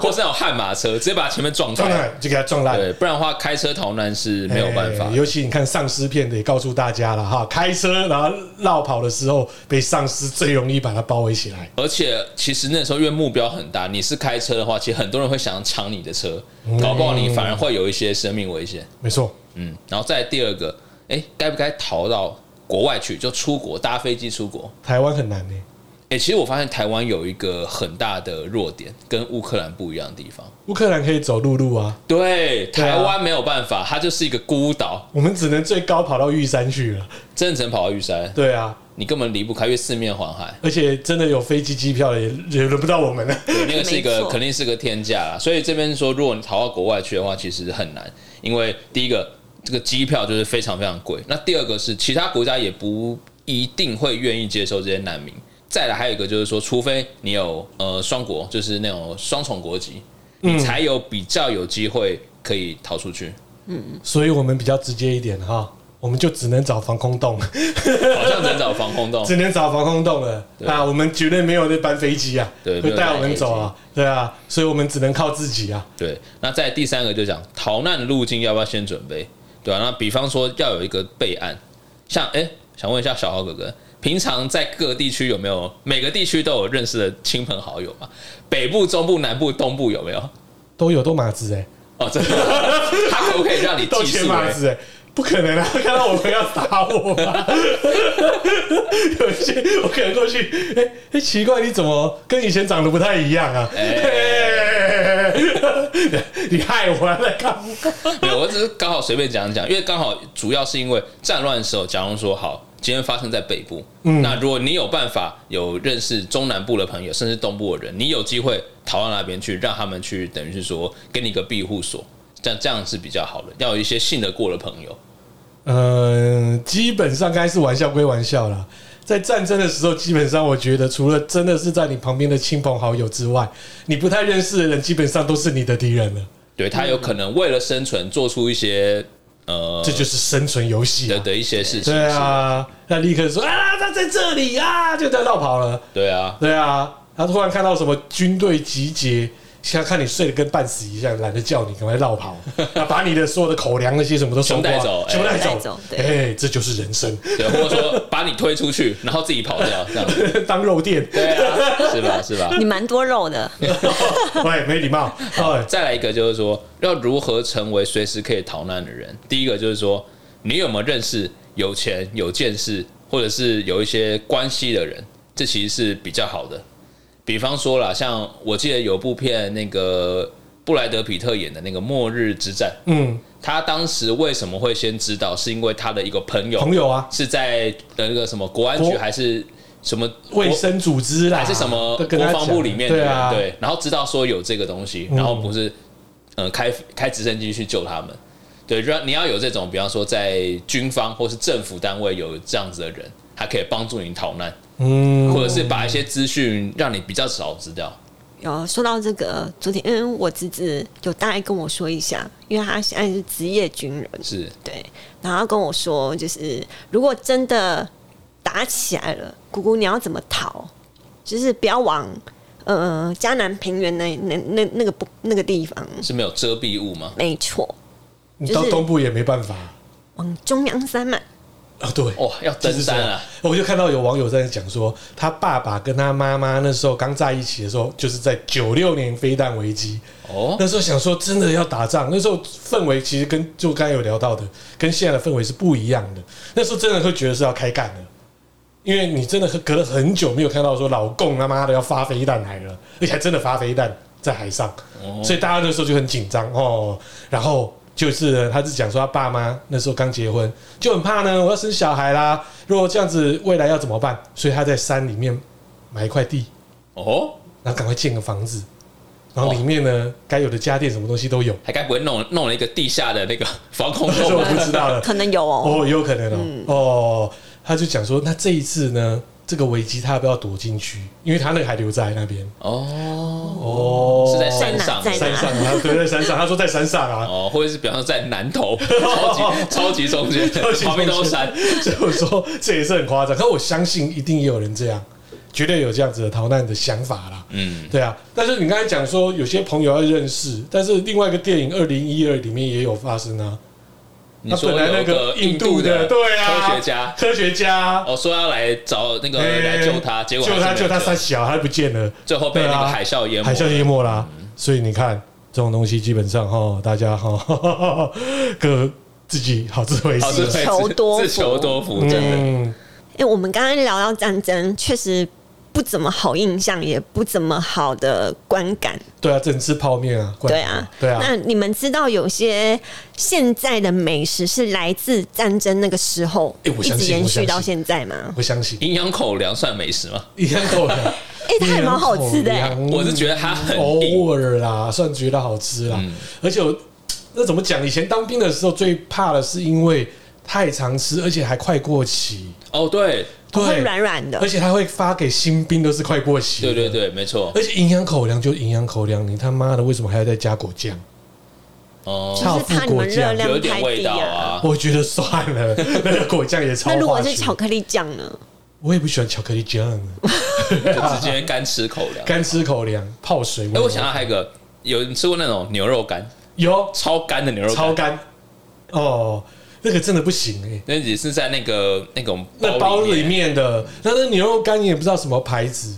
或是那种悍马车，直接把前面撞
撞
烂。
烂就给他撞烂。
对，不然的话开车逃难是没有办法
哎。尤其你看丧尸片的也告诉大家了哈，开车然后绕跑的时候被丧尸最容易把它包围起来。
而且其实那时候因为目标很大，你是开车的话，其实很多人会想要抢你的车，
嗯
搞不好你反而会有一些生命危险。
没错，
嗯，然后再来第二个，哎，该不该逃到国外去？就出国搭飞机出国？
台湾很难呢、
哎，其实我发现台湾有一个很大的弱点，跟乌克兰不一样的地方。
乌克兰可以走陆路啊，
对，
对啊
台湾没有办法，它就是一个孤岛，
我们只能最高跑到玉山去了。
真的只能跑到玉山，
对啊，
你根本离不开，因为四面环海。
而且真的有飞机机票的也也轮不到我们 [LAUGHS] 了。
对，那个是一
嗯没
个
错
肯定是个天价啦。所以这边说，如果你逃到国外去的话，其实很难，因为第一个这个机票就是非常非常贵，那第二个是其他国家也不一定会愿意接受这些难民。再来还有一个就是说，除非你有呃双国，就是那种双重国籍，你才有比较有机会可以逃出去。
所以我们比较直接一点哈，我们就只能找防空洞，
好像能找防
[LAUGHS]
空洞，
只能找防空洞了啊！我们绝对没有那班飞机啊，
对
会
没有
带
那
我们
班
走啊，对啊，所以我们只能靠自己啊。
对，那在第三个就讲逃难的路径要不要先准备，对吧、那比方说要有一个备案，像哎、诶想问一下小豪哥哥，平常在各地区有没有每个地区都有认识的亲朋好友嘛？北部、中部、南部、东部有没有？
都有都马子哎、
哦，真的， [LAUGHS] 他可不可以让你
都
寄
牵
宿、
马
欸？
子哎、不可能啊！ [LAUGHS] 看到我朋友打我吧？有一些我可能过去，哎、哎、奇怪，你怎么跟以前长得不太一样啊？哎， [LAUGHS] 你害我了，干嘛？
[LAUGHS] 没有，我只是刚好随便讲讲，因为刚好主要是因为战乱的时候，假如说好，今天发生在北部，
嗯
那如果你有办法有认识中南部的朋友，甚至东部的人，你有机会逃到那边去，让他们去等于是说给你一个庇护所，这样这样是比较好的，要有一些信得过的朋友。
嗯，基本上该是玩笑归玩笑啦。在战争的时候，基本上我觉得，除了真的是在你旁边的亲朋好友之外，你不太认识的人，基本上都是你的敌人了。
对他有可能为了生存做出一些呃
这就是生存游戏
的
啊。
的一些事情，
对啊，那立刻说啊，他在这里啊，就这样绕跑了。
是，对啊，
对啊，他突然看到什么军队集结，想看你睡得跟半死一样，懒得叫你，赶快绕
[LAUGHS]
跑，那把你的所有的口粮那些什么都收
全带
光
走哎
全部带
带
走
走。对
哎，这就是人生， [LAUGHS]
对，啊或者说把你推出去，然后自己跑掉，这样子，
当肉垫。
[LAUGHS] 对啊，是吧？是吧？
你蛮多肉的，
喂，没礼貌。哎，
再来一个就是说，要如何成为随时可以逃难的人？第一个就是说，你有没有认识有钱、有见识，或者是有一些关系的人？这其实是比较好的。比方说啦，像我记得有部片，那个布莱德皮特演的那个《末日之战》，
嗯，
他当时为什么会先知道？是因为他的一个朋友
朋友啊，
是在呃那个什么国安局
国
还是什么
卫
国
生组织啦，
还是什么
都跟
国
他
防
讲
部里面的
对
人
啊，嗯
对，然后知道说有这个东西，然后不是呃开开直升机去救他们，对，让你要有这种，比方说在军方或是政府单位有这样子的人，他可以帮助你逃难，
嗯，
或者是把一些资讯让你比较少知道。
有说到这个，昨天嗯，我侄子有大概跟我说一下，因为他现在是职业军人，
是
对，然后他跟我说，就是如果真的打起来了，姑姑你要怎么逃？就是不要往呃迦南平原那那那那个不那个地方，
是没有遮蔽物吗？
没错，
你到
就是
东部也没办法，
往中央山脉
啊，对，
哇哦要
就
登
是这
山
样
啊！
我就看到有网友在讲说，他爸爸跟他妈妈那时候刚在一起的时候，就是在九六年飞弹危机。
哦，
那时候想说，真的要打仗，那时候氛围其实跟就刚才有聊到的，跟现在的氛围是不一样的。那时候真的会觉得是要开干的，因为你真的隔了很久没有看到说老共他妈的要发飞弹来了，而且还真的发飞弹在海上，所以大家那时候就很紧张哦。然后就是呢他是讲说他爸妈那时候刚结婚，就很怕呢，我要生小孩啦，如果这样子未来要怎么办？所以他在山里面买一块地，
哦，
然后赶快建个房子，然后里面呢该有的家电什么东西都有，
还该不会弄弄了一个地下的那个防空
[LAUGHS] 这我
洞？
不知道了。
可能有哦，
哦，有可能哦。
嗯
哦，他就讲说，那这一次呢，这个危机他要不要躲进去？因为他那个还留在那边
哦，
哦，
是在
在
山
哪
上，
在
山上，
哪？
他对，在山上，他说在山上啊。
哦，或者是比方说在
[LAUGHS]
南头，超级超级中间
超级中，间
旁边都是山。
[LAUGHS] 所以我说这也是很夸张，可我相信一定也有人这样，绝对有这样子的逃难的想法啦。
嗯，
对啊，但是你刚才讲说有些朋友要认识，但是另外一个电影《二零一二》里面也有发生啊。
你
他
说
本来
有
那
个
印
度
的对啊，
科学家，
科学家，
哦，说要来找那个
哎
来救他，结果
救他
还是
救
没有
他三小，他就不见了，
最后被那
对
个
啊
海啸淹没，嗯
海啸淹没啦。所以你看这种东西，基本上哈，大家哈， [LAUGHS] 各自己好自为
哦，
之
是。
自求多福
自求多福，真的。
嗯，
因为哎我们刚刚聊到战争，确实不怎么好印象，也不怎么好的观感。
对啊，整吃泡面啊，
对啊，
对啊，
那你们知道有些现在的美食是来自战争那个时候，
哎我
一
相信
直延
我相
续
信
到现在吗？
我相信
营养口粮算美食吗？
一样够
[LAUGHS]
了。
哎、它还蛮好吃的、哎
嗯
我是觉得它很硬，嗯
偶尔啦，算觉得好吃啦。而且我那怎么讲？以前当兵的时候最怕的是因为太常吃，而且还快过期。
哦，对，
会
对，
软软的
而。且他会发给新兵都是快过期。
对对。对，没错，
而且营养口粮就营养口粮，你他妈的为什么还要再加果酱？
哦，
就是怕你们热量
有一
太
点味
低
道
啊。
啊，
我觉得算了，那个果酱也超化学。
那如果是巧克力酱呢？
我也不喜欢巧克力酱，啊
就
啊
直接干吃口
[LAUGHS]
粮。
干吃口粮泡水。
哎，我想到还有一个，有你吃过那种牛肉干，
有
超干的牛肉
超
干，
干哦，那个真的不行哎、
那也是在那个那种
那包里，面的，那那牛肉干你也不知道什么牌子，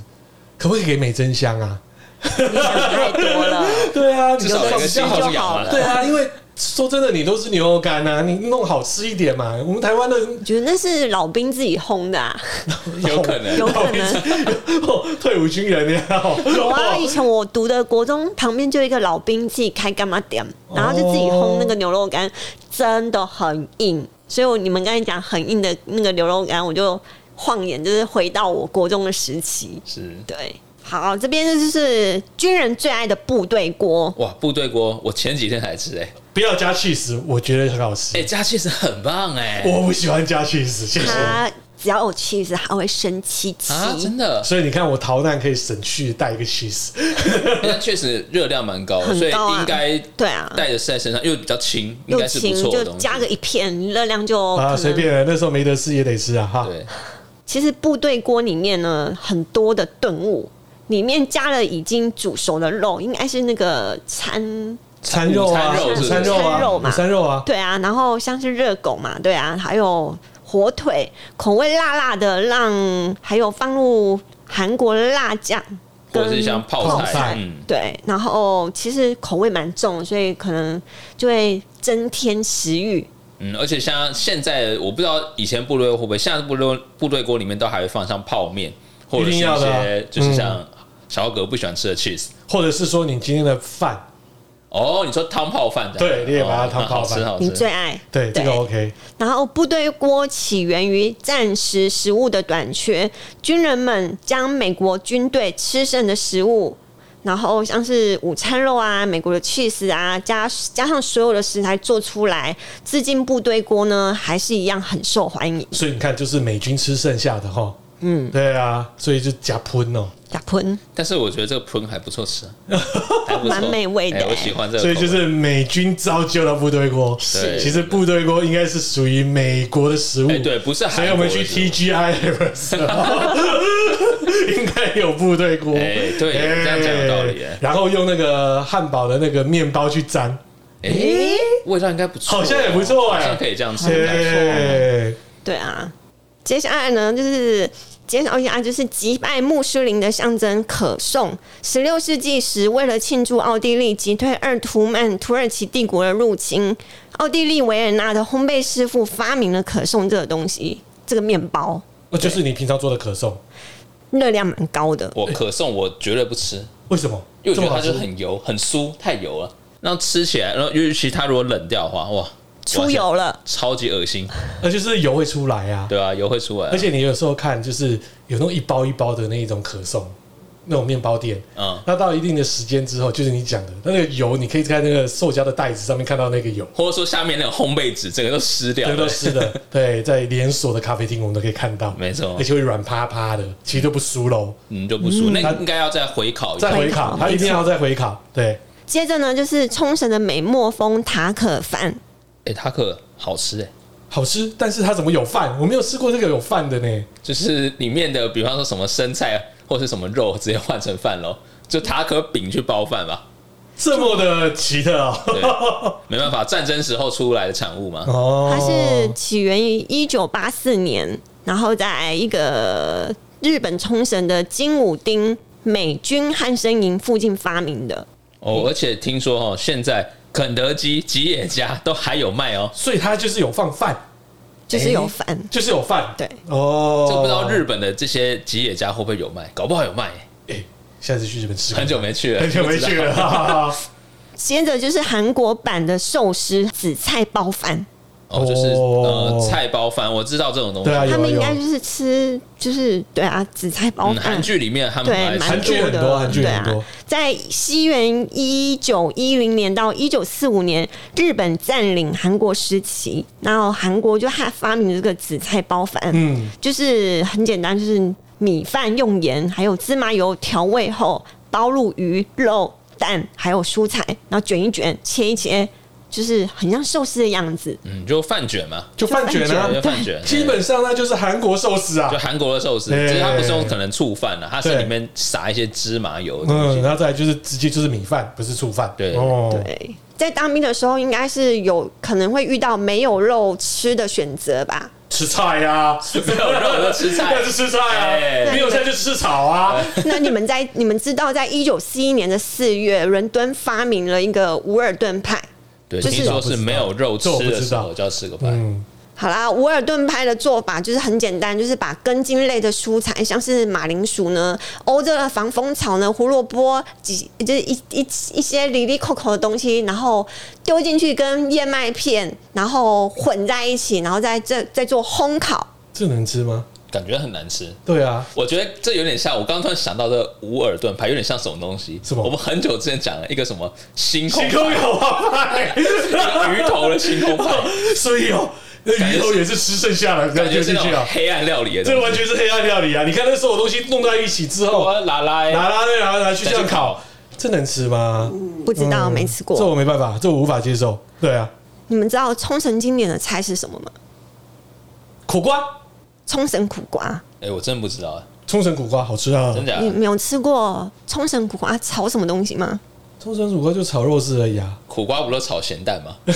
可不可以给美珍香啊？
你想太多了。
对啊，
至少有一
有东
个
西
小
就
红
好
羊
了
对啊，因为说真的，你都是牛肉干啊，你弄好吃一点嘛。我们台湾的
我觉得那是老兵自己烘的、啊，
有可能
有可能。
[LAUGHS] 哦退伍军人呀，哦 [LAUGHS]
有
有
啊，以前我读的国中旁边就有一个老兵自己开干妈店，然后就自己烘
哦
那个牛肉干，真的很硬。所以我你们刚才讲很硬的那个牛肉干，我就晃眼就是回到我国中的时期。
是
对，好，这边就是军人最爱的部队锅，
哇，部队锅，我前几天才吃，哎
不要加 cheese，我觉得很好吃。
哎，加气是很棒哎，
我不喜欢加 cheese，谢谢。
它只要有 cheese，它会生七七。
啊，
[LAUGHS]
真的，
所以你看，我逃难可以省去带一个 cheese，
但确实热量蛮高的，
很
所以
高啊
应该
对啊，
带着晒在身上又比较轻，
嗯
应
又
该是不
轻
错
就
的东西
加。个一片，热量就哦可
啊，
能
随便了。那时候没得吃也得吃啊，哈。
对，
其实部队锅里面呢，很多的炖物，里面加了已经煮熟的肉，应该是那个餐。
餐肉啊，
午餐
午
肉是不是
餐肉
餐肉嘛
啊，午餐肉啊，
对啊，然后像是热狗嘛，对啊，还有火腿，口味辣辣的，让还有放入韩国辣酱，
或者是像泡
泡
菜
菜，
嗯，
对，然后其实口味蛮重，所以可能就会增添食欲。
嗯，而且像现在，我不知道以前部队会不会，现在部队部队锅里面都还会放像泡面，或者是
一定要的啊
些就是像小哥不喜欢吃的 cheese。
或者是说你今天的饭，
哦，你说汤泡饭的，
对你也把它
哦
汤泡饭
那好吃
你
好吃
最。爱
对这个 OK。
然后部队锅起源于战时食物的短缺，军人们将美国军队吃剩的食物，然后像是午餐肉啊、美国的 cheese 啊，加加上所有的食材做出来，至今部队锅呢还是一样很受欢迎。
所以你看，就是美军吃剩下的哈，嗯，对啊，所以就假喷哦，
打喷
但是我觉得这个 prune 还不
[LAUGHS]
错吃啊，还不错
蛮美味的
哎我喜欢这个口
所以
味。
就是美军造就了部队锅。
对
其实部队锅应该是属于美国的食物，
哎对不是韩
所
国
以我们去
的食物
TGI 的时候
[LAUGHS]
应该有部队锅。
哎对这样讲有道理哎
然后用那个汉堡的那个面包去沾，
哎，味道应该不错哦，
好像也不错哎哎
好像可以这样吃，
对，
对啊，接下来呢就是介绍一下，就是击败穆斯林的象征可颂。十六世纪时，为了庆祝奥地利击退鄂图曼土耳其帝国的入侵，奥地利维也纳的烘焙师傅发明了可颂这个东西，这个面包
那就是你平常做的可颂，
热量蛮高的。
我可颂我绝对不吃，
为什么？
因为
这
我觉得
么
它
好
就
吃
是很油、很酥，太油了。然后吃起来，然后尤其它如果冷掉的话，哇，
出油了，
超级恶心，
那就是油会出来啊。
对啊，油会出来啊、
而且你有时候看，就是有那种一包一包的那一种可颂，那种面包店，
嗯，
那到一定的时间之后，就是你讲的那个油，你可以在那个塑胶的袋子上面看到那个油，
或者说下面那个烘焙纸整个都湿掉
这
了，
个都是
[LAUGHS]
的。对，在连锁的咖啡厅我们都可以看到，
没错
而且会软趴趴的，其实都不酥喽。
嗯，就不熟，那应该要再回烤一
再
下。
回
回烤
烤，它一定要再回烤。对，
接着呢就是冲绳的美墨风塔可饭，
哎，塔可好吃哎，
好吃，但是它怎么有饭？我没有吃过这个有饭的呢。
就是里面的，比方说什么生菜或是什么肉，直接换成饭喽，就塔可饼去包饭吧。
这么的奇特 [LAUGHS] 哦。
没办法，战争时候出来的产物嘛。
哦
它是起源于一九八四年，然后在一个日本冲绳的金武町美军汉生营附近发明的。
哦，而且听说哦，现在肯德基、吉野家都还有卖哦。
所以它就是有放饭，
就是有
诶
饭
就是有饭。
对
哦，
这不知道日本的这些吉野家会不会有卖，搞不好有卖。
哎，下次去日本吃，
很久没去了，
很久没
不知
去
道
了。。
[LAUGHS]
哈哈
接着就是韩国版的寿司紫菜包饭，
哦，就是
哦
呃菜包饭，我知道这种东西
对。啊，有
他
啊
们应
有
该
啊。
就是吃，就是对啊，紫菜包
嗯，
饭。
韩剧里面他们
对，
很爱
蛮
吃
韩剧很多
的，
韩剧
对
很多
啊。在西元一九一零年到一九四五年，日本占领韩国时期，然后韩国就还发明了这个紫菜包饭，
嗯
就是很简单，就是米饭用盐还有芝麻油调味后，包入鱼肉、蛋还有蔬菜，然后卷一卷，切一切，就是很像寿司的样子。
嗯，就饭卷嘛，
就饭卷
就
啊
饭
就，饭卷，
基本上那就是韩国寿司啊
就。韩国的寿司，
对
只是它不是用可能醋饭了，啊它是
对
里面撒一些芝麻油的东
嗯，
西。
然后再来就是直接就是米饭，不是醋饭。
对
哦，
对，在当兵的时候，应该是有可能会遇到没有肉吃的选择吧。
吃菜呀，
[LAUGHS] 没有肉就吃菜
那就吃菜啊，
哎
没有菜就吃草啊。
[LAUGHS] 那你们在你们知道，在一九四一年的四月，伦敦发明了一个无尔顿派。
对，
就是
听说是没有肉吃
这我不
的
知
时
道
候就要吃个饭。
嗯，
好啦，无尔顿派的做法就是很简单，就是把根茎类的蔬菜，像是马铃薯呢、欧洲的防风草呢、胡萝卜，几就是一一一些里里扣扣的东西，然后丢进去跟燕麦片，然后混在一起，然后再再再做烘烤。
这能吃吗？
感觉很难吃。
对
[LAUGHS]
啊，
我觉得这有点像，我刚刚突然想到这无耳盾牌，有点像什么东西？
什么
我们很久之前讲了一个什么星空
星空有啊派，
一个鱼头的星空派，
所以哦，那鱼头也是吃剩下的，
感觉是
进
那
去
种
啊。
黑暗料理的东西。
这完全是黑暗料理啊！你看那所有东西弄在一起之后，
我拉拉
拿
欸，
拉队然后拿去这样烤，这能吃吗？
不知
嗯
道、嗯没
这
吃过。
我没办法，这我无法接受。对啊，
你们知道冲绳经典的菜是什么吗？
苦瓜，
冲绳苦瓜。
哎，我真不知道，
冲绳苦瓜好吃啊！
真假的
你？没有吃过冲绳苦瓜炒什么东西吗？
冲绳苦瓜就炒肉丝而已啊。
苦瓜不都炒咸蛋吗？
[LAUGHS]
嗯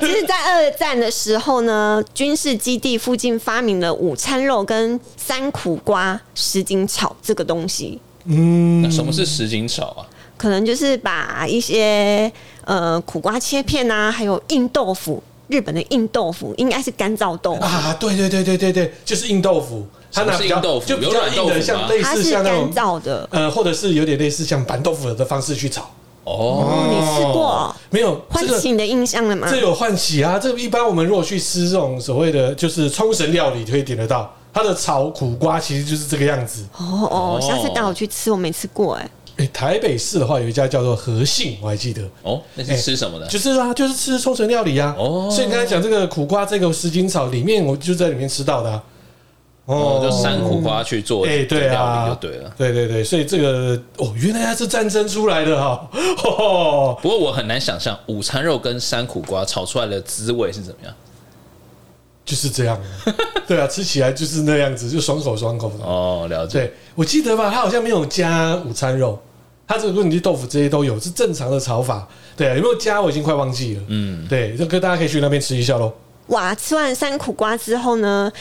其实，在二战的时候呢，军事基地附近发明了午餐肉跟三苦瓜什锦炒这个东西，
嗯
那，什么是什锦炒啊？
可能就是把一些呃苦瓜切片啊，还有硬豆腐，日本的硬豆腐应该是干燥豆腐。
啊，对对对对对对，就是硬豆腐，它拿比较
什么是硬豆腐
就比
有
较
软
硬
豆腐吗
的，像类
它
似
是
像那
干
种
燥的，
呃，或者是有点类似像板豆腐的方式去炒。
哦，
哦，你吃过？
没有
唤
这个
起你的印象了吗？
这有唤起啊！这个一般我们如果去吃这种所谓的就是冲绳料理，可以点得到它的炒苦瓜，其实就是这个样子。
哦哦，下次带我去吃，我没吃过哎、
诶台北市的话有一家叫做和信，我还记得。
哦，那是吃什么的？
就是啊，就是吃冲绳料理啊。
哦
所以你刚才讲这个苦瓜这个什锦草里面，我就在里面吃到的、啊。
哦，就山苦瓜去做
哎、对
料
啊，
理就对了。
对对对所以这个哦，原来它是战争出来的哈、 [LAUGHS] 哦。
不过我很难想象午餐肉跟山苦瓜炒出来的滋味是怎么样。
就是这
[LAUGHS]
样啊，对啊，吃起来就是那样子，就爽口爽口的。
哦，了解。
对，我记得吧，它好像没有加午餐肉，它这个问题豆腐这些都有，
嗯
是正常的炒法。对、啊，有没有加我已经快忘记了。嗯，对，这个大家可以去那边吃一下喽。
哇，吃完山苦瓜之后呢，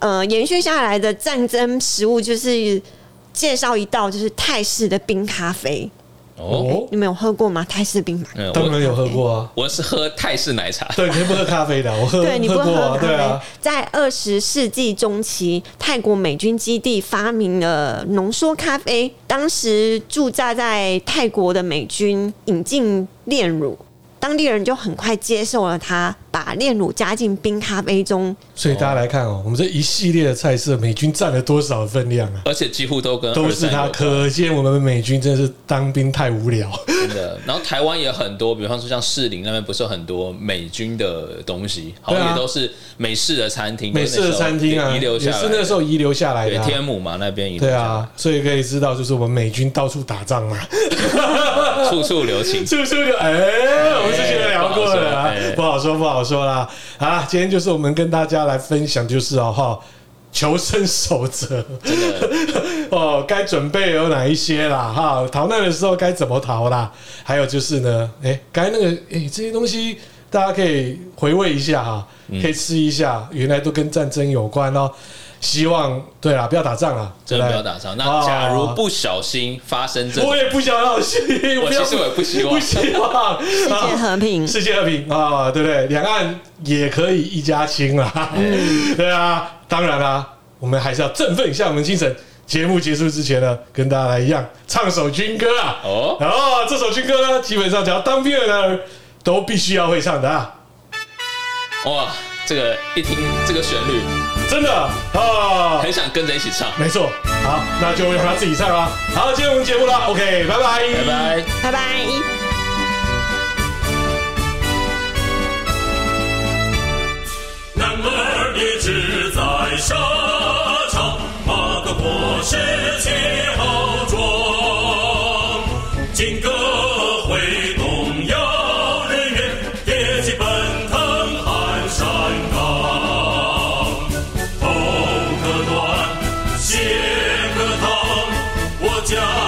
呃，延续下来的战争食物就是介绍一道就是泰式的冰咖啡，
哦，
哦
你，们有喝过吗？泰式冰咖啡。
嗯，
当
我
然有喝过啊，
我是喝泰式奶茶，
[LAUGHS] 对，你不喝咖啡的，我喝
对，你不
喝
喝
过啊，
咖啡。
对啊，
在二十世纪中期，泰国美军基地发明了浓缩咖啡。当时驻扎在泰国的美军引进炼乳，当地人就很快接受了它，把炼乳加进冰咖啡中。
所以大家来看哦，我们这一系列的菜色，美军占了多少的分量啊？
而且几乎都跟
都是
它
他，可见我们美军真的是当兵太无聊。
真的。然后台湾也很多，比方说像士林那边不是有很多美军的东西，好
对
像
啊
也都是美式的餐厅，
美式的餐厅啊，
遗留
也
下来
是
的，
那时候遗留下来
对
的啊、
天母嘛那边遗留
对
下来
啊，所以可以知道，就是我们美军到处打仗嘛，
的，处处留情。
是不是就？哎、我们之前聊过了啊
哎，
不好说，不好说啦。好啦，今天就是我们跟大家来分享，就是哦哈，求生守则，真的 [LAUGHS] 哦，该准备有哪一些啦？哈，逃难的时候该怎么逃啦？还有就是呢，哎、该那个哎、这些东西。大家可以回味一下哈，
嗯
可以吃一下，原来都跟战争有关哦。希望对啦，不要打仗啦，
真的
对
不
对
要打仗。
哦
那假如不小心发生这种
我，也不想让我 [LAUGHS] 希，
我其实我也不希望
不希望世
世界和
嗯
平
世界和平啊，对不对？两岸也可以一家亲啦，
嗯
对啊，当然啦、我们还是要振奋一下我们精神。节目结束之前呢，跟大家来一样唱首军歌啊！
哦
哦，这首军歌呢，基本上只要当兵的呢，都必须要会唱的啊！
哇，这个一听这个旋律，
真的啊，
很想跟着一起唱。
没错。好，那就让他自己唱啦。好，今天我们节目啦 o k 拜拜，
拜拜。
拜拜。
男儿立志在沙场，马革裹是旗豪壮。金戈挥动耀日月，铁骑奔腾撼山岗。头可断，血可淌，我将